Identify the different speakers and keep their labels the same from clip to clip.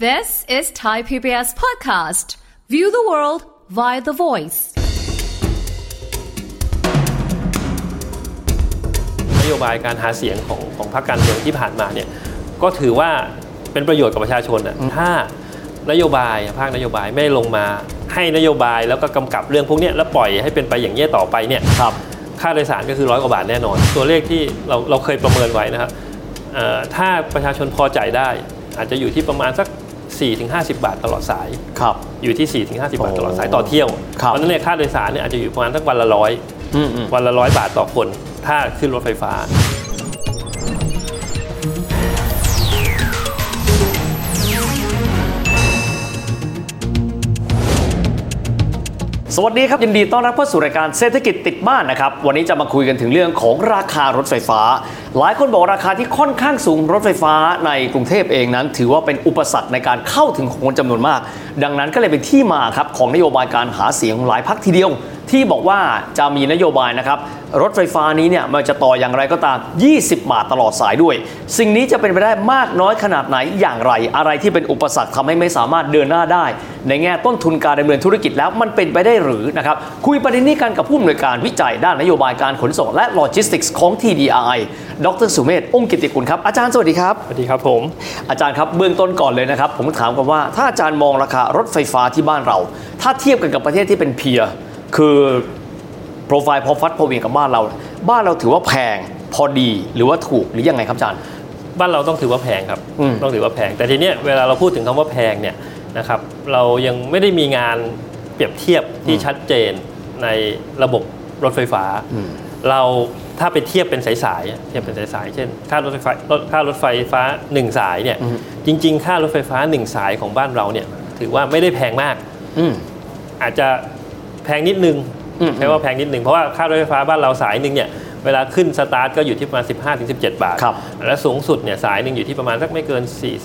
Speaker 1: This is Thai PBS Podcast. View the world via the voice.
Speaker 2: นโยบายการหาเสียงของของพรรคการเมืองที่ผ่านมาเนี่ยก็ถือว่าเป็นประโยชน์กับประชาชนนะถ้านโยบายภาคนโยบายไม่ลงมา ให้นโยบายแล้วก็กำกับเรื่องพวกเนี้ยแล้วปล่อยให้เป็นไปอย่างเงี้ยต่อไปเนี่ย
Speaker 3: ครับ
Speaker 2: ค่าโดยสารก็คือร้อยกว่าบาทแน่นอน ตัวเลขที่เราเราเคยประเมินไว้นะครับเอ่อถ้าประชาชนพอจ่ายได้ อาจจะอยู่ที่ประมาณสัก 4-50 บาทตลอดสาย
Speaker 3: ครับ
Speaker 2: อยู่ที่ 4-50 บาทตลอดสายต่อเที่ยว
Speaker 3: ครับ
Speaker 2: เพราะฉะนั้นเนี่ยค่าโดยสารเนี่ยอาจจะอยู่ประมาณสักวันละร้อย
Speaker 3: อืมอืม
Speaker 2: วันละร้อยบาทต่อคน ถ้าขึ้นรถไฟฟ้า
Speaker 3: สวัสดีครับยินดีต้อนรับเข้าสู่รายการเศรษฐกิจติดบ้านนะครับ วันนี้จะมาคุยกันถึงเรื่องของราคารถไฟฟ้า หลายคนบอกราคาที่ค่อนข้างสูงรถไฟฟ้าในกรุงเทพเองนั้น ถือว่าเป็นอุปสรรคในการเข้าถึงของคนจำนวนมาก ดังนั้นก็เลยเป็นที่มาครับของนโยบายการหาเสียงของหลายพักทีเดียว ที่บอกว่าจะมีนโยบายนะครับ รถไฟฟ้านี้เนี่ยมันจะต่ออย่างไรก็ตาม 20 บาทตลอดสายด้วย สิ่งนี้จะเป็นไปได้มากน้อยขนาดไหนอย่างไร อะไรที่เป็นอุปสรรคทำให้ไม่สามารถเดินหน้าได้ ในแง่ต้นทุนการดำเนินธุรกิจแล้วมันเป็นไปได้หรือนะครับ คุยประเด็นนี้กันกับผู้อำนวยการวิจัยด้านนโยบายการขนส่งและโลจิสติกส์ของ TDI ดรสุเมธองค์กิติกุลครับ อาจารย์สวัสดีครับ
Speaker 2: สวัสดีครับผม
Speaker 3: อาจารย์ครับเบื้องต้นก่อนเลยนะครับ ผมถามกันว่าถ้าอาจารย์มองราคารถไฟฟ้าที่บ้านเรา ถ้าเทียบกันกับประเทศที่เป็นเพียร์คือโปรไฟล์พอฟัดพอเหวียงกับบ้านเรา บ้านเราถือว่าแพงพอดีหรือว่าถูกหรือยังไงครับอาจารย์
Speaker 2: บ้านเราต้องถือว่าแพงครับ
Speaker 3: อืม
Speaker 2: ต้องถือว่าแพง แต่ทีเนี้ยเวลาเราพูดถึงคำว่าแพงเนี่ยนะครับ เรายังไม่ได้มีงานเปรียบเทียบที่ชัดเจนในระบบรถไฟฟ้า เราถ้าไปเทียบเป็นสายสายๆเทียบเป็นสายสายๆเช่น ค่ารถไฟฟ้ารถค่ารถไฟฟ้าหนึ่งสายเนี่ย จริง ๆ ค่ารถไฟฟ้าหนึ่งสายของบ้านเราเนี่ย ถือว่าไม่ได้แพงมาก
Speaker 3: อืม
Speaker 2: อาจจะแพงนิดนึง
Speaker 3: อืม
Speaker 2: ใช้ว่าแพงนิดนึง เพราะว่าค่ารถไฟฟ้าบ้านเราสายหนึ่งเนี่ยเวลาขึ้นสตาร์ทก็อยู่ที่ประมาณ 15-17 บาท
Speaker 3: ครับ
Speaker 2: และสูงสุดเนี่ยสายหนึ่งอยู่ที่ประมาณสักไม่เกิน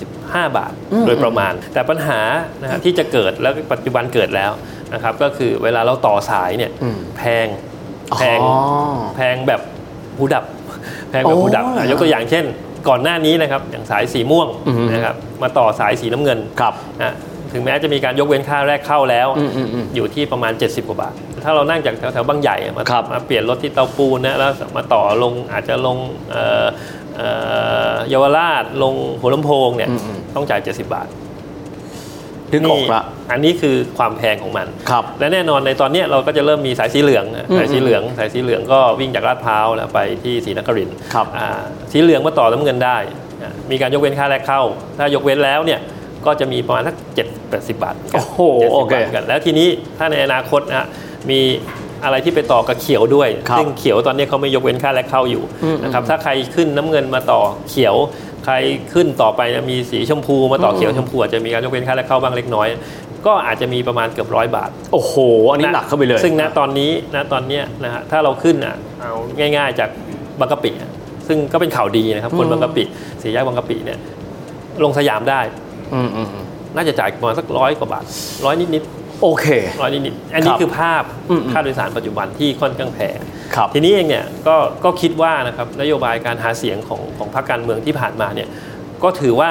Speaker 2: 45 บาท โดยประมาณ แต่ปัญหานะฮะที่จะเกิดแล้วปัจจุบันเกิดแล้วนะครับก็คือเวลาเราต่อสายเนี่ยแพงแพง
Speaker 3: อ๋อ
Speaker 2: แพงแบบหูดับ แพงแบบหูดับ
Speaker 3: โอ้
Speaker 2: อ่ะยกตัวอย่างเช่น ก่อนหน้านี้นะครับอย่างสายสีม่วง
Speaker 3: อือฮึ
Speaker 2: นะครับมาต่อสายสีน้ำเงิน
Speaker 3: ครับ
Speaker 2: อ่ะถึงแม้จะมีการยกเว้นค่าแรกเข้าแล้ว
Speaker 3: อืมอืมอืม
Speaker 2: ยู่ที่ประมาณ 70 กว่าบาท ถ้าเรานั่งจากแถวๆบางใหญ่อะมา
Speaker 3: ครับ
Speaker 2: มาเปลี่ยนรถที่เตาปูนนะแล้วมาต่อลงอาจจะลงเอ่อเอ่อเยาวราชลงหัวลำโพงเนี่ย
Speaker 3: อืมอืม
Speaker 2: ต้องจ่าย 70 บาท
Speaker 3: นึกออกละ
Speaker 2: นี่อันนี้คือความแพงของมัน
Speaker 3: ครับ
Speaker 2: และแน่นอนในตอนเนี้ยเราก็จะเริ่มมีสายสีเหลืองนะ
Speaker 3: อืม
Speaker 2: สายสีเหลือง สายสีเหลืองก็วิ่งจากลาดพร้าวนะไปที่ศรีนครินทร์
Speaker 3: ครับ
Speaker 2: อ่าสีเหลืองมาต่อน้ำเงินได้อ่ะมีการยกเว้นค่าแรกเข้า ถ้ายกเว้นแล้วเนี่ยก็จะมีประมาณสักเจ็ดแปดสิบบาท
Speaker 3: โอ้โห
Speaker 2: 70
Speaker 3: โอเค
Speaker 2: บาทกันแล้วทีนี้ถ้าในอนาคตนะฮะมีอะไรที่ไปต่อกับเขียวด้วย
Speaker 3: ครับ
Speaker 2: ซึ่งเขียวตอนนี้เขาไม่ยกเว้นค่าแรกเข้าอยู่
Speaker 3: อืม
Speaker 2: นะครับถ้าใครขึ้นน้ำเงินมาต่อเขียว ใครขึ้นต่อไปนะมีสีชมพูมาต่ออ
Speaker 3: ม
Speaker 2: เขียวชมพูอาจจะมีการยกเว้นค่าแรกเข้าบ้างเล็กน้อย ก็อาจจะมีประมาณเกือบร้อยบาท
Speaker 3: โอ้โห อันนี้หนักเข้าไปเลย
Speaker 2: ซึ่งณตอนนี้ณตอนเนี้ยนะฮะถ้าเราขึ้นอ่ะเอาง่าย ๆ จากบางกะปิอะซึ่งก็เป็นข่าวดีนะครับ คน
Speaker 3: อืม
Speaker 2: บางกะปิสี่แยกบางกะปิเนี่ยลงสยามได้
Speaker 3: อืมอืมอืม
Speaker 2: น่าจะจ่ายประมาณสักร้อยกว่าบาทร้อยนิด
Speaker 3: โอเค
Speaker 2: ๆร้อยนิดๆอันนี้
Speaker 3: ครับ
Speaker 2: คือภาพ
Speaker 3: อืมๆ
Speaker 2: ค่าโดยสารปัจจุบันที่ค่อนข้างแพง
Speaker 3: ครับ
Speaker 2: ทีนี้เองเนี่ยก็ก็คิดว่านะครับนโยบายการหาเสียงของของพรรคการเมืองที่ผ่านมาเนี่ยก็ถือว่า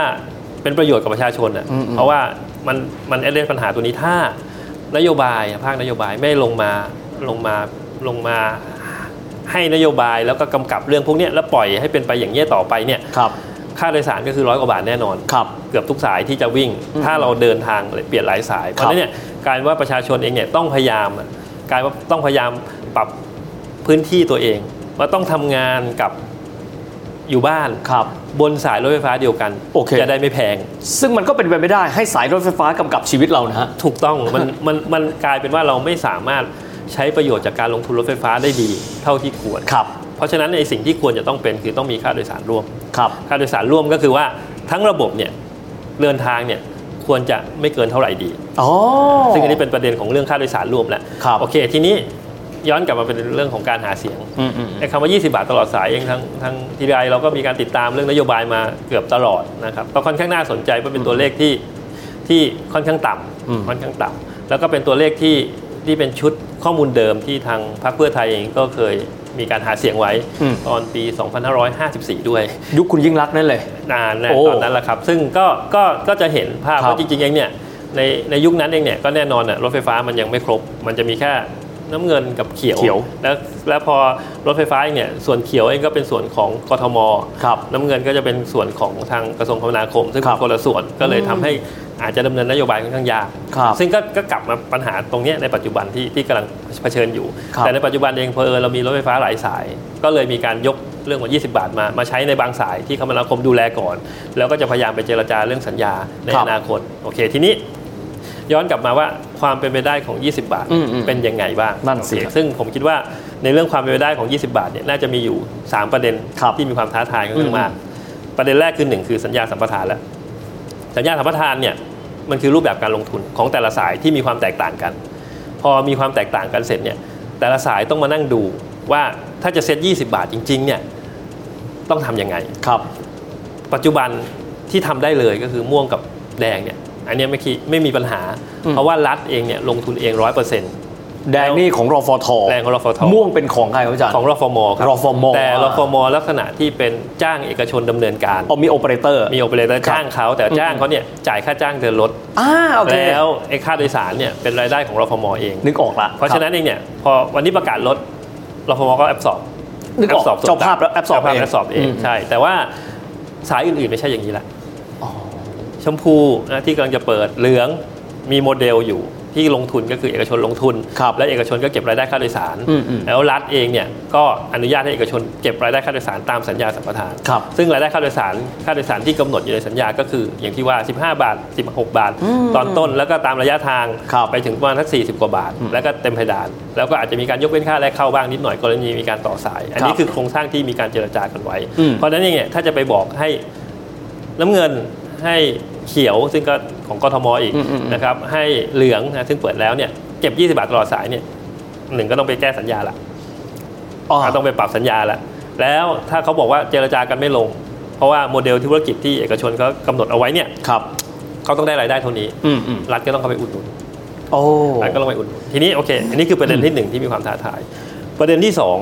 Speaker 2: เป็นประโยชน์กับประชาชนอ่ะ
Speaker 3: อืมๆ
Speaker 2: เพราะว่ามันมันเอเดนปัญหาตัวนี้ถ้านโยบายภาคนโยบายไม่ลงมาลงมาลงมาให้นโยบายแล้วก็กำกับเรื่องพวกเนี้ยแล้วปล่อยให้เป็นไปอย่างเงี้ยต่อไปเนี่ย
Speaker 3: ครับ
Speaker 2: ค่าโดยสารก็คือร้อยกว่าบาทแน่นอน
Speaker 3: ครับ
Speaker 2: เกือบทุกสายที่จะวิ่ง ถ้าเราเดินทางเปลี่ยนหลายสาย เพราะฉะนั้นเนี่ยกลารว่าประชาชนเองเนี่ยต้องพยายามอะกลารว่าต้องพยายามปรับพื้นที่ตัวเอง ว่าต้องทำงานกับอยู่บ้าน
Speaker 3: ครับ
Speaker 2: บนสายรถไฟฟ้าเดียวกัน
Speaker 3: โอเค
Speaker 2: จะได้ไม่แพง
Speaker 3: ซึ่งมันก็เป็นไปไม่ได้ให้สายรถไฟฟ้ากำกับชีวิตเรานะฮะ
Speaker 2: ถูกต้องมันมันมันกลายเป็นว่าเราไม่สามารถใช้ประโยชน์จากการลงทุนรถไฟฟ้าได้ดีเท่าที่ควร
Speaker 3: ครับ
Speaker 2: เพราะฉะนั้นในสิ่งที่ควรจะต้องเป็นคือต้องมีค่าโดยสารร่วม
Speaker 3: ครับ
Speaker 2: ค่าโดยสารร่วมก็คือว่าทั้งระบบเนี่ยเดินทางเนี่ยควรจะไม่เกินเท่าไหร่ดี
Speaker 3: อ๋อ
Speaker 2: ซึ่งอันนี้เป็นประเด็นของเรื่องค่าโดยสารรวมแหละ
Speaker 3: ครับ
Speaker 2: โอเค ทีนี้ย้อนกลับมาเป็นเรื่องของการหาเสียง
Speaker 3: อืมอืม
Speaker 2: ไอ้คำว่า 20 บาทตลอดสายเองทางทางทีไอเราก็มีการติดตามเรื่องนโยบายมาเกือบตลอดนะครับก็ค่อนข้างน่าสนใจเพราะเป็นตัวเลขที่ที่ค่อนข้างต่
Speaker 3: อืม
Speaker 2: ำค่อนข้างต่ำแล้วก็เป็นตัวเลขที่ที่เป็นชุดข้อมูลเดิมที่ทางพรรคเพื่อไทยเองก็เคย มีการหาเสียงไว้
Speaker 3: อืม
Speaker 2: ตอนปี 2554 ด้วย
Speaker 3: ยุคคุณยิ่งรักษณ์นั่นเลย
Speaker 2: นานนะ
Speaker 3: โอ้
Speaker 2: ตอนนั้นแหละครับ ซึ่งก็ก็ก็จะเห็นภาพ
Speaker 3: ครับ
Speaker 2: ว่าจริงๆเองเนี่ยในในยุคนั้นเองเนี่ยก็แน่นอนอ่ะรถไฟฟ้ามันยังไม่ครบ มันจะมีแค่น้ำเงินกับเขียว
Speaker 3: เขียว
Speaker 2: แล้วแล้วพอรถไฟฟ้าเองเนี่ยส่วนเขียวเองก็เป็นส่วนของกทม
Speaker 3: ครับ
Speaker 2: น้ำเงินก็จะเป็นส่วนของทางกระทรวงคมนาคม ซึ่ง
Speaker 3: ครับ
Speaker 2: คนละส่วนก็เลยทำให้อาจจะดำเนินนโยบายค่อนข้างยาก
Speaker 3: ครับ
Speaker 2: ซึ่งก็ก็กลับมาปัญหาตรงเนี้ยในปัจจุบันที่ที่กำลังเผชิญอยู่
Speaker 3: ครับ
Speaker 2: แต่ในปัจจุบันเองเพอญเรามีรถไฟฟ้าหลายสาย ก็เลยมีการยกเรื่องว่า 20 บาทมา มาใช้ในบางสายที่คมนาคมดูแลก่อน แล้วก็จะพยายามไปเจรจาเรื่องสัญญาใน
Speaker 3: ครับ
Speaker 2: อนาคต โอเค ทีนี้ย้อนกลับมาว่าความเป็นไปได้ของ 20 บาท
Speaker 3: อืมอืม
Speaker 2: เป็นยังไงบ้าง
Speaker 3: นั่นสิ
Speaker 2: โอเคซึ่งผมคิดว่าในเรื่องความเป็นไปได้ของ 20 บาทเนี่ยน่าจะมีอยู่ 3 ประเด็น
Speaker 3: ครับ
Speaker 2: ที่มีความท้าทายค่อนข้างมาก ประเด็นแรกคือหนึ่งคือสัญญาสัมปทานแล้ว สัญญาสัมปทานเนี่ยมันคือรูปแบบการลงทุนของแต่ละสายที่มีความแตกต่างกัน พอมีความแตกต่างกันเสร็จเนี่ยแต่ละสายต้องมานั่งดูว่าถ้าจะเซ็ต20 บาทจริง ๆ เนี่ยต้องทำยังไง
Speaker 3: ครับ
Speaker 2: ปัจจุบันที่ทำได้เลยก็คือม่วงกับแดงเนี่ยอันเนี้ยไม่คิดไม่มีปัญหา
Speaker 3: อืม
Speaker 2: เพราะว่ารัฐเองเนี่ยลงทุนเองร้อยเปอร์เซ็นต์
Speaker 3: แดงนี่ของรอฟท
Speaker 2: แรงของรฟท
Speaker 3: ม่วงเป็นของใครครับอาจารย์
Speaker 2: ของรฟมครั
Speaker 3: รฟม
Speaker 2: แต่รฟมลักษณะที่เป็นจ้างเอกชนดำเนินการ
Speaker 3: อ๋อมีโอเปอเรเตอร์
Speaker 2: มีโอเปอเรเตอร์
Speaker 3: ครับ
Speaker 2: จ้างเขาแต่จ้างเขาเนี่ยจ่ายค่าจ้างเดินรถ
Speaker 3: อ่าโอเค
Speaker 2: แล้วไอ้ค่าโดยสารเนี่ยเป็นรายได้ของรฟมเอง
Speaker 3: นึกออกละ
Speaker 2: เพราะฉะนั้นเองเนี่ยพอวันนี้ประกาศลดรฟมก็แอบสอบ
Speaker 3: นึกออก
Speaker 2: แปสบ
Speaker 3: เจ้าภาพแล้วแอปสอบ
Speaker 2: เจ้าภาพ
Speaker 3: เอง
Speaker 2: แอปสอบเองใช่แต่ว่าสายอื่นๆไม่ใช่อย่างนี้ละ
Speaker 3: อ๋อ
Speaker 2: ชมพูนะที่กำลังจะเปิดเหลืองมีโมเดลอยู่ที่ลงทุนก็คือเอกชนลงทุน
Speaker 3: ครับ
Speaker 2: และเอกชนก็เก็บรายได้ค่าโดยสาร
Speaker 3: อืมอืม
Speaker 2: แล้วรัฐเองเนี่ยก็อนุญาตให้เอกชนเก็บรายได้ค่าโดยสารตามสัญญาสัมปทาน
Speaker 3: ครับ
Speaker 2: ซึ่งรายได้ค่าโดยสารค่าโดยสารที่กำหนดอยู่ในสัญญาก็คือ อย่างที่ว่า 15 บาท 16 บาท ตอนต้นแล้วก็ตามระยะทาง
Speaker 3: ครับ
Speaker 2: ไปถึงประมาณทัก40 กว่าบาท แล้วก็เต็มเพดาน แล้วก็อาจจะมีการยกเว้นค่าแรกเข้าบ้างนิดหน่อยกรณีมีการต่อสาย อันนี้
Speaker 3: ครับ
Speaker 2: คือโครงสร้างที่มีการเจรจากันไว้
Speaker 3: อืม
Speaker 2: เพราะฉะนั้นเองเนี่ยถ้าจะไปบอกให้น้ำเงินให้เขียวซึ่งก็ของกทมอีก
Speaker 3: อืมอืมอืม
Speaker 2: นะครับให้เหลืองนะซึ่งเปิดแล้วเนี่ยเก็บ 20 บาทตลอดสายเนี่ยหนึ่งก็ต้องไปแก้สัญญาละ
Speaker 3: อ๋อ
Speaker 2: ก็ต้องไปปรับสัญญาละแล้วถ้าเขาบอกว่าเจรจากันไม่ลง เพราะว่าโมเดลธุรกิจที่เอกชนเขากำหนดเอาไว้เนี่ย
Speaker 3: ครับ
Speaker 2: เขาต้องได้รายได้เท่านี้
Speaker 3: อืมอืม
Speaker 2: รัฐก็ต้องเข้าไปอุดหนุน
Speaker 3: โอ้
Speaker 2: ร้านก็ลงไปอุ่นทีนี้โอเค อันนี้คือประเด็นที่หนึ่งที่มีความท้าทาย ประเด็นที่สอง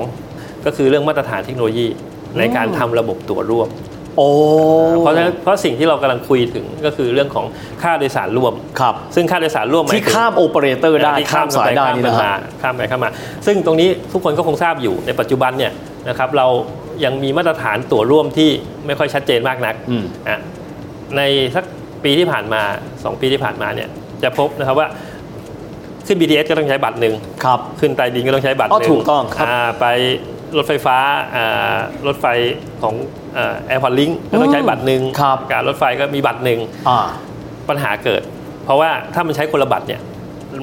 Speaker 2: ก็คือเรื่องมาตรฐานเทคโนโลยีในการทำระบบตัวร่วม
Speaker 3: โอ้
Speaker 2: เพราะฉะนั้นเพราะสิ่งที่เรากำลังคุยถึงก็คือเรื่องของค่าโดยสารร่วม
Speaker 3: ครับ
Speaker 2: ซึ่งค่าโดยสารร่วมหย
Speaker 3: ที่
Speaker 2: ถึง
Speaker 3: ข้ามโอเปอเรเตอร์ได้
Speaker 2: ที่
Speaker 3: ข้าม
Speaker 2: กัน
Speaker 3: สาย
Speaker 2: ป
Speaker 3: ได้
Speaker 2: ข้ม
Speaker 3: นี่
Speaker 2: กั
Speaker 3: นะฮะ
Speaker 2: มาข้ามไปข้ามมา ซึ่งตรงนี้ทุกคนก็คงทราบอยู่ในปัจจุบันเนี่ยนะครับเรายังมีมาตรฐานตั๋วร่วมที่ไม่ค่อยชัดเจนมากนัก
Speaker 3: อืม
Speaker 2: อ่ะในสักปีที่ผ่านมา 2 ปีที่ผ่านมาเนี่ยจะพบนะครับว่าขึ้น BTS ก็ต้องใช้บัตรหนึ่ง
Speaker 3: ครับ
Speaker 2: ขึ้นใต้ดินก็ต้องใช้บัตร
Speaker 3: อ๋อ
Speaker 2: หนึ่
Speaker 3: ถูกต้องครับ
Speaker 2: าไปรถไฟฟ้าอ่ารถไฟของแอร์พอร์ตลิงก็ต้องใช้บัตรหนึ่ง
Speaker 3: ครับ
Speaker 2: การรถไฟก็มีบัตรหนึ่ง
Speaker 3: อ่า
Speaker 2: ปัญหาเกิด เพราะว่าถ้ามันใช้คนละบัตรเนี่ย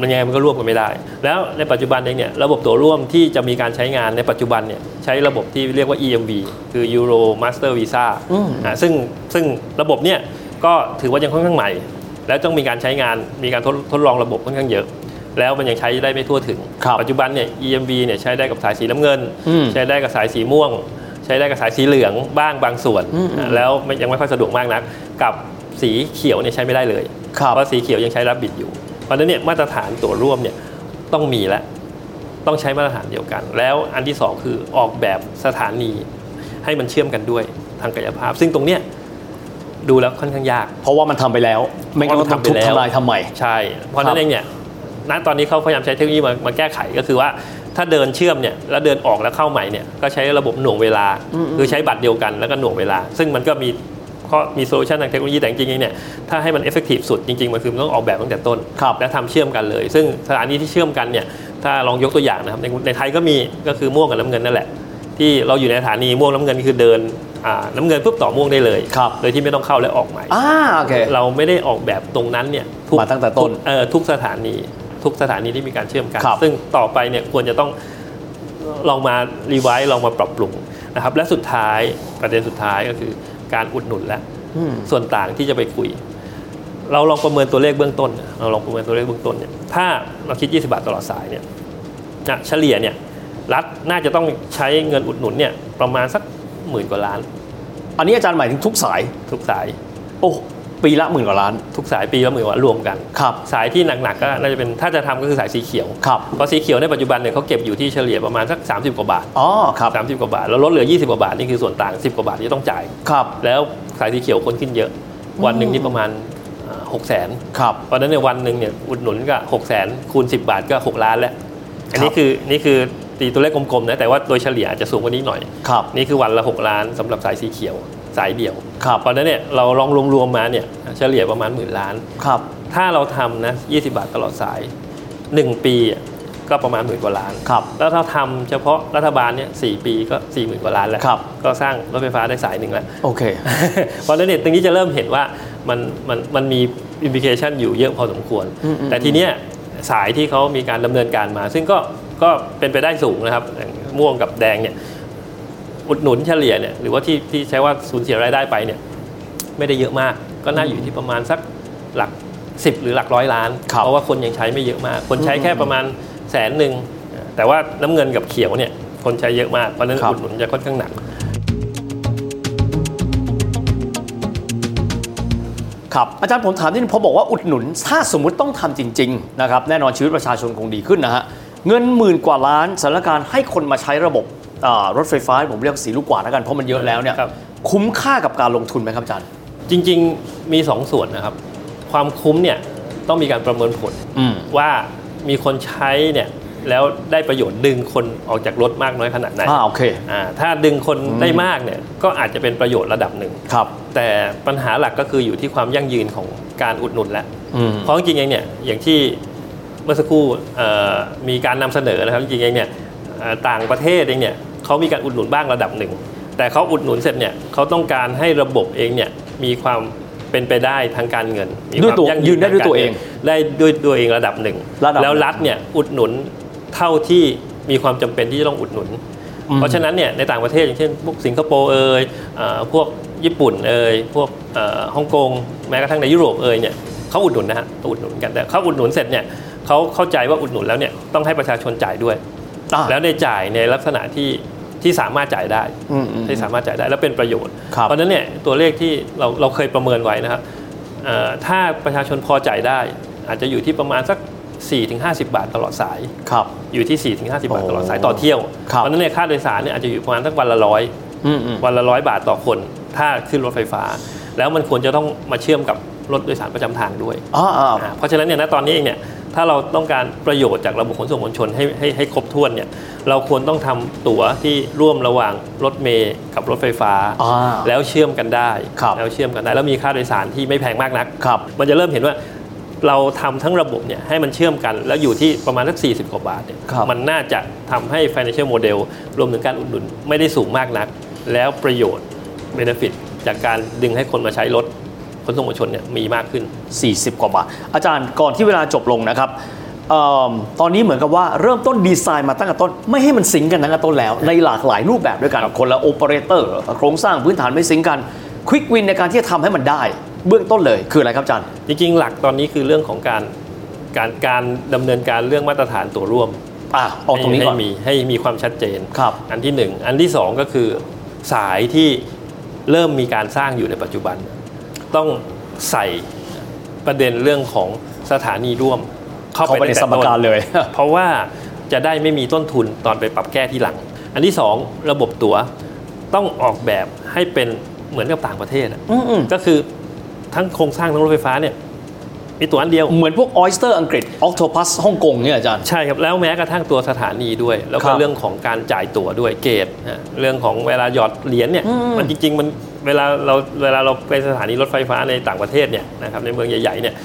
Speaker 2: มันยังไงมันก็ร่วมกันไม่ได้ แล้วในปัจจุบันเองเนี่ยระบบตัวร่วมที่จะมีการใช้งานในปัจจุบันเนี่ยใช้ระบบที่เรียกว่า EMV คือ Euro Master Visa
Speaker 3: อืม
Speaker 2: อ่าซึ่งซึ่งระบบเนี่ยก็ถือว่ายังค่อนข้างใหม่ แล้วต้องมีการใช้งานมีการทดทดลองระบบค่อนข้างเยอะ แล้วมันยังใช้ได้ไม่ทั่วถึง
Speaker 3: ครับ
Speaker 2: ปัจจุบันเนี่ย EMV เนี่ยใช้ได้กับสายสีน้ำเงิน
Speaker 3: อืม
Speaker 2: ใช้ได้กับสายสีม่วง ใช้ได้กับสายสีเหลืองบ้างบางส่วนอ่าแล้วไม่ยังไม่ค่อยสะดวกมากนัก กับสีเขียวเนี่ยใช้ไม่ได้เลย
Speaker 3: ครับ
Speaker 2: เพราะสีเขียวยังใช้รับบิดอยู่ เพราะฉะนั้นเนี่ยมาตรฐานตัวร่วมเนี่ยต้องมีและ ต้องใช้มาตรฐานเดียวกัน แล้วอันที่สองคือออกแบบสถานี ให้มันเชื่อมกันด้วยทางกายภาพ ซึ่งตรงเนี้ยดูแล้วค่อนข้างยาก
Speaker 3: เพราะว่ามันทำไปแล้ว ไม่งั้นก็ต้องทุบทำลายทำใหม่
Speaker 2: ใช่ เพราะฉะ
Speaker 3: ครั
Speaker 2: นั้
Speaker 3: บ
Speaker 2: นเองเนี่ยณตอนนี้เขาพยายามใช้เทคโนโลยีมามาแก้ไขก็คือว่า ถ้าเดินเชื่อมเนี่ยแล้วเดินออกแล้วเข้าใหม่เนี่ยก็ใช้ระบบหน่วงเวลา คือใช้บัตรเดียวกันแล้วก็หน่วงเวลา ซึ่งมันก็มีข้อมีโซลูชันทางเทคโนโลยีแต่จริงๆเนี่ยถ้าให้มันเอฟเฟกตีฟสุดจริงๆ มันคือมันต้องออกแบบตั้งแต่ต้น
Speaker 3: ครับ
Speaker 2: และทำเชื่อมกันเลย ซึ่งสถานีที่เชื่อมกันเนี่ยถ้าลองยกตัวอย่างนะครับในในไทยก็มีก็คือม่วงกับน้ำเงินนั่นแหละ ที่เราอยู่ในสถานีม่วงน้ำเงินคือเดินอ่าน้ำเงินปุ๊บต่อม่วงได้เลย
Speaker 3: ครับ
Speaker 2: โดยที่ไม่ต้องเข้าและออกใหม่
Speaker 3: อ่าโอเค
Speaker 2: เราไม่ได้ออกแบบตรงนั้นเนี่ยก
Speaker 3: มาตั้งแต่ต้น
Speaker 2: ทุกเอ่อทุกสถานี ทุกสถานีที่มีการเชื่อมกัน
Speaker 3: ครับ
Speaker 2: ซึ่งต่อไปเนี่ยควรจะต้องลองมารีไวซ์ลองมาปรับปรุงนะครับ และสุดท้ายประเด็นสุดท้ายก็คือการอุดหนุนและ
Speaker 3: อืม
Speaker 2: ส่วนต่างที่จะไปคุย เราลองประเมินตัวเลขเบื้องต้นนะเราลองประเมินตัวเลขเบื้องต้นเนี่ยถ้าเราคิด 20 บาทตลอดสายเนี่ยนะเฉลี่ยเนี่ยรัฐน่าจะต้องใช้เงินอุดหนุนเนี่ยประมาณสักหมื่นกว่าล้าน
Speaker 3: อันนี้อาจารย์หมายถึงทุกสาย
Speaker 2: ทุกสาย
Speaker 3: โอ้ ปีละหมื่นกว่าล้าน
Speaker 2: ทุกสายปีละหมื่นกว่ารวมกัน
Speaker 3: ครับ
Speaker 2: สายที่หนักๆก็น่าจะเป็นถ้าจะทำก็คือสายสีเขียว
Speaker 3: ครับ
Speaker 2: เพราะสีเขียวในปัจจุบันเนี่ยเขาเก็บอยู่ที่เฉลี่ยประมาณสัก 30 กว่าบาท
Speaker 3: อ๋อ ครับ
Speaker 2: 30 กว่าบาท แล้วลดเหลือ 20 กว่าบาท นี่คือส่วนต่าง 10 กว่าบาทที่ต้องจ่าย
Speaker 3: ครับ
Speaker 2: แล้วสายสีเขียวคนขึ้นเยอะ วันหนึ่งนี่ประมาณหกแสน
Speaker 3: ครับ
Speaker 2: เพราะฉะนั้นในยวันหนึ่งเนี่ยอุดหนุนก็หกแสนคูณ 10 บาทก็ 6 ล้านแล้ว อันนี้
Speaker 3: ครับ
Speaker 2: คือนี่คือตีตัวเลขกลมๆนะแต่ว่าโดยเฉลี่ยอาจจะสูงกว่านี้หน่อย
Speaker 3: ครับ
Speaker 2: นี่คือวันละ 6 ล้านสำหรับสายสีเขียวสายเดี่ยว
Speaker 3: ครับ
Speaker 2: เพราะฉะนั้นเนี่ยเราลองรวมๆมาเนี่ยเฉลี่ยประมาณหมื่นล้าน
Speaker 3: ครับ
Speaker 2: ถ้าเราทำนะ20 บาทตลอดสาย 1 ปีอ่ะก็ประมาณหมื่นกว่าล้าน
Speaker 3: ครับ
Speaker 2: แล้วถ้าทำเฉพาะรัฐบาลเนี่ยสปีก็4ี่หมื่นกว่าล้านแล้ว
Speaker 3: ครับ
Speaker 2: ก็สร้างรถไฟฟ้าได้สายหนึ่งแล้ว
Speaker 3: โอเค
Speaker 2: เพราะฉะนั้นเนี่ยตรงนี้จะเริ่มเห็นว่ามันมันมันมีอิมพิเคชันอยู่เยอะพอสมควร
Speaker 3: อืมอืม
Speaker 2: แต่ทีเนี้ยสายที่เขามีการดำเนินการมา ซึ่งก็ก็เป็นไปได้สูงนะครับอย่างม่วงกับแดงเนี่ยอุดหนุนเฉลี่ยเนี่ยหรือว่าที่ที่ใช้ว่าสูญเสียรายได้ไปเนี่ยไม่ได้เยอะมาก ก็น่าอยู่ที่ประมาณสักหลักสิบหรือหลักร้อยล้าน
Speaker 3: ครับ
Speaker 2: เพราะว่าคนยังใช้ไม่เยอะมาก คนใช้แค่ประมาณแสนหนึ่งแต่ว่าน้ำเงินกับเขียวเนี่ยคนใช้เยอะมากเพราะฉะนั้น
Speaker 3: ครับ
Speaker 2: อุดหนุนจะค่อนข้างหนัก
Speaker 3: ครับอาจารย์ผมถามนิดนึงพอบอกว่าอุดหนุนถ้าสมมติต้องทำจริงๆนะครับแน่นอนชีวิตประชาชนคงดีขึ้นนะฮะเงินหมื่นกว่าล้านสถานการณ์ให้คนมาใช้ระบบอ่ารถไฟฟ้าผมเรียกสีลูกกวาดแล้วกันเพราะมันเยอะแล้วเนี่ย
Speaker 2: ครับ
Speaker 3: คุ้มค่ากับการลงทุนไหมครับอาจารย์
Speaker 2: จริงๆมี 2 ส่วนนะครับ ความคุ้มเนี่ยต้องมีการประเมินผล
Speaker 3: อืม
Speaker 2: ว่ามีคนใช้เนี่ยแล้วได้ประโยชน์ดึงคนออกจากรถมากน้อยขนาดไหน
Speaker 3: อ่าโอเค
Speaker 2: อ่าถ้าดึงคนได้มากเนี่ยก็อาจจะเป็นประโยชน์ระดับหนึ่ง
Speaker 3: ครับ
Speaker 2: แต่ปัญหาหลักก็คืออยู่ที่ความยั่งยืนของการอุดหนุนแหละ
Speaker 3: อืม
Speaker 2: เพราะจริงๆเองเนี่ยอย่างที่เมื่อสักครู่เอ่อมีการนำเสนอนะครับจริงๆเองเนี่ยเอ่อต่างประเทศเองเนี่ยเขามีการอุดหนุนบ้างระดับหนึ่ง แต่เขาอุดหนุนเสร็จเนี่ยเขาต้องการให้ระบบเองเนี่ยมีความเป็นไปได้ทางการเงินมีคา
Speaker 3: ด้วย
Speaker 2: ม
Speaker 3: ตัวยืนได้ด้วย
Speaker 2: ทากา
Speaker 3: ตัวเอง
Speaker 2: งินได้ด้วยตัวเองระดับหนึ่ง
Speaker 3: ระดับหนึ่ง
Speaker 2: แล้วรัฐเนี่ยอุดหนุนเท่าที่มีความจำเป็นที่จะต้องอุดหนุน
Speaker 3: อืม
Speaker 2: เพราะฉะนั้นเนี่ยในต่างประเทศอย่างเช่นพวกสิงคโปร์เอ่ยเอ่อพวกญี่ปุ่นเอ่ยพวกเอ่อฮ่องกงแม้กระทั่งในยุโรปเอ่ยเนี่ยเขาอุดหนุนนะฮะเขาอุดหนุนกันแต่เขาอุดหนุนเสร็จเนี่ยเขาเข้าใจว่าอุดหนุนแล้วเนี่ยต้องให้ประชาชนจ่ายด้วย
Speaker 3: อ่า
Speaker 2: แล้วในจ่ายในลักษณะที่ที่สามารถจ่ายได้
Speaker 3: อืมอืม
Speaker 2: ที่สามารถจ่ายได้แล้วเป็นประโยชน์
Speaker 3: ครับ
Speaker 2: เพราะฉะนั้นเนี่ยตัวเลขที่เราเราเคยประเมินไว้นะครับเอ่อถ้าประชาชนพอจ่ายได้ อาจจะอยู่ที่ประมาณสัก 4-50 บาทตลอดสาย
Speaker 3: ครับ
Speaker 2: อยู่ที่ 4-50 บาท
Speaker 3: โอ้
Speaker 2: ตลอดสายต่อเที่ยว เพ
Speaker 3: ครับ
Speaker 2: ราะฉะนั้นเนี่ยค่าโดยสารเนี่ยอาจจะอยู่ประมาณสักวันละร้อย
Speaker 3: อืมอืม
Speaker 2: วันละร้อยบาทต่อคน ถ้าขึ้นรถไฟฟ้า แล้วมันควรจะต้องมาเชื่อมกับรถโดยสารประจำทางด้วย
Speaker 3: อ่าอ่า
Speaker 2: อ่าเพราะฉะนั้นเนี่ยณตอนนี้เองเนี่ยถ้าเราต้องการประโยชน์จากระบบขนส่งมวลชนให้ให้ให้ครบถ้วนเนี่ยเราควรต้องทำตั๋วที่ร่วมระหว่างรถเมย์กับรถไฟฟ้า
Speaker 3: อ่า
Speaker 2: แล้วเชื่อมกันได้
Speaker 3: ครับ
Speaker 2: แล้วเชื่อมกันได้ แล้วมีค่าโดยสารที่ไม่แพงมากนัก
Speaker 3: ครับ
Speaker 2: มันจะเริ่มเห็นว่าเราทำทั้งระบบเนี่ยให้มันเชื่อมกัน แล้วอยู่ที่ประมาณสัก 40 กว่าบาทเนี่ย
Speaker 3: ครับ
Speaker 2: มันน่าจะทำให้ financial model รวมถึงการอุดหนุนไม่ได้สูงมากนัก แล้วประโยชน์ benefit จากการดึงให้คนมาใช้รถขนส่งมวลชนเนี่ยมีมากขึ้น
Speaker 3: 40 กว่าบาท อาจารย์ก่อนที่เวลาจบลงนะครับเอมตอนนี้เหมือนกับว่าเริ่มต้นดีไซน์มาตั้งแต่ต้น ไม่ให้มันซิงค์กันตั้งแต่ต้นแล้ว ในหลากหลายรูปแบบด้วยกันคนละโอเปอเรเตอร์โครงสร้างพื้นฐานไม่ซิงค์กันควิกวินในการที่จะทำให้มันได้ เบื้องต้นเลยคืออะไรครับอาจารย์
Speaker 2: จริงๆ หลักตอนนี้คือเรื่องของการการการดำเนินการเรื่องมาตรฐานตัวร่วม
Speaker 3: อ่ะเอาตรงนี้ก่อน
Speaker 2: ให้มีให้มีความชัดเจน
Speaker 3: ครับ
Speaker 2: อันที่หนึ่งอันที่สองก็คือสายที่เริ่มมีการสร้างอยู่ในปัจจุบัน ต้องใส่ประเด็นเรื่องของสถานีร่วม เข้า
Speaker 3: เข้า
Speaker 2: ไป
Speaker 3: ไปใน
Speaker 2: ตั้งแต่
Speaker 3: สมกา
Speaker 2: ต้
Speaker 3: ร
Speaker 2: น
Speaker 3: เลย
Speaker 2: เพราะว่าจะได้ไม่มีต้นทุนตอนไปปรับแก้ที่หลัง อันที่สองระบบตั๋วต้องออกแบบให้เป็นเหมือนกับต่างประเทศอะ
Speaker 3: อืมอืม
Speaker 2: ก็คือทั้งโครงสร้างทั้งรถไฟฟ้าเนี่ยมีตั๋วอันเดียว
Speaker 3: เหมือนพวกออ s สเตอร์อังกฤษออ t โตพัสฮ่องกงเนี่ยอาจารย์
Speaker 2: ใช่ครับ แล้วแม้กระทั่งตัวสถานีด้วย แล้ว
Speaker 3: ครั
Speaker 2: ก็
Speaker 3: บ
Speaker 2: เรื่องของการจ่ายตั๋วด้วยเกตนะเรื่องของเวลาหยอดเหรียญเนี่ย
Speaker 3: อืม
Speaker 2: มันจริง ๆ มันเวลาเราเวลาเราไปสถานีรถไฟฟ้าในต่างประเทศเนี่ยนะครับในเมืองใหญ่ๆเนี่ย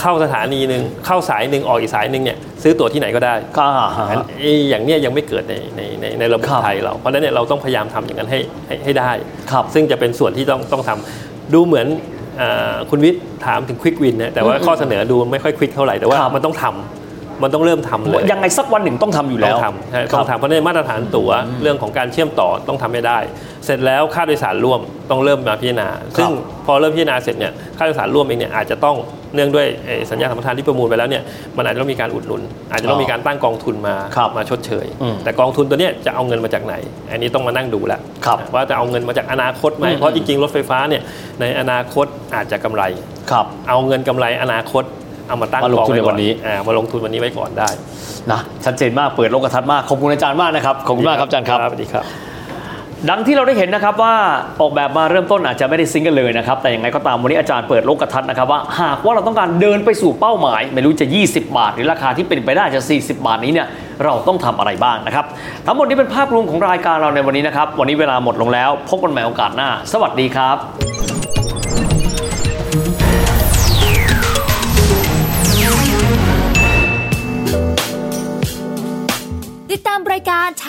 Speaker 2: เข้าสถานีหนึ่งเข้าสายหนึ่งออกอีกสายหนึ่งเนี่ยซื้อตั๋วที่ไหนก็ได้
Speaker 3: อ่าฮะ
Speaker 2: อันไอ้อย่างเนี้ยยังไม่เกิดในในในในระบบ
Speaker 3: ครับ
Speaker 2: ไทยเราเพราะฉะนั้นเนี่ยเราต้องพยายามทำอย่างนั้นให้ให้ให้ได้
Speaker 3: ครับ
Speaker 2: ซึ่งจะเป็นส่วนที่ต้องต้องทำดูเหมือนเอ่อคุณวิทย์ถามถึงควิกวินนะแต่ว่าข้อเสนอดูไม่ค่อยควิกเท่าไหร่แต่ว่า
Speaker 3: ครับ
Speaker 2: มันต้องทำมันต้องเริ่มทำเลย
Speaker 3: ยังไงสักวันหนึ่งต้องทำอยู่
Speaker 2: ต้
Speaker 3: แล้
Speaker 2: อ
Speaker 3: ว
Speaker 2: งทำใช่ต้อง
Speaker 3: ครั
Speaker 2: ทำ
Speaker 3: บ
Speaker 2: เพราะในมาตรฐานตั๋วเรื่องของการเชื่อมต่อต้องทำให้ได้ เสร็จแล้วค่าโดยสารร่วมต้องเริ่มมาพิจารณา ซึ่งพอเริ่มพิจารณาเสร็จเนี่ยค่าโดยสารร่วมเองเนี่ยอาจจะต้อง เนื่องด้วยไอ้สัญญาสัมปทานที่ประมูลไปแล้วเนี่ยมันอาจจะต้องมีการอุดหนุน อาจจะต้องมีการตั้งกองทุนมา
Speaker 3: ครับ
Speaker 2: มาชดเชย
Speaker 3: อืม
Speaker 2: แต่กองทุนตัวเนี้ยจะเอาเงินมาจากไหน อันนี้ต้องมานั่งดูแหละ
Speaker 3: ครับ
Speaker 2: ว่าจะเอาเงินมาจากอนาคตไหม
Speaker 3: อืม
Speaker 2: เพราะจริงๆรถไฟฟ้าเนี่ยในอนาคตอาจจะกำไร
Speaker 3: ครับ
Speaker 2: เอาเงินกำไรอนาคตเอามาตั้ง
Speaker 3: มาลงทุนใน
Speaker 2: กอไก่อ
Speaker 3: วันนี้
Speaker 2: อ่ามาลงทุนวันนี้ไว้ก่อนได้
Speaker 3: นะชัดเจนมากเปิดโลกทัศน์มากขอบคุณอาจารย์มากนะครับขอบคุณมากครับอาจารย์ครับ
Speaker 2: สวัสดีครับ
Speaker 3: ดังที่เราได้เห็นนะครับว่าออกแบบมาเริ่มต้นอาจจะไม่ได้ซิงค์กันเลยนะครับ แต่อย่างไรก็ตามวันนี้อาจารย์เปิดโลกทัศน์นะครับว่าหากว่าเราต้องการเดินไปสู่เป้าหมาย ไม่รู้จะ 20 บาท หรือราคาที่เป็นไปได้จะ 40 บาทนี้เนี่ยเราต้องทำอะไรบ้างนะครับ ทั้งหมดนี้เป็นภาพรวมของรายการเราในวันนี้นะครับ วันนี้เวลาหมดลงแล้ว พบกันใหม่โอกาสหน้า สวัสดีครับ
Speaker 4: ติดตามรายการท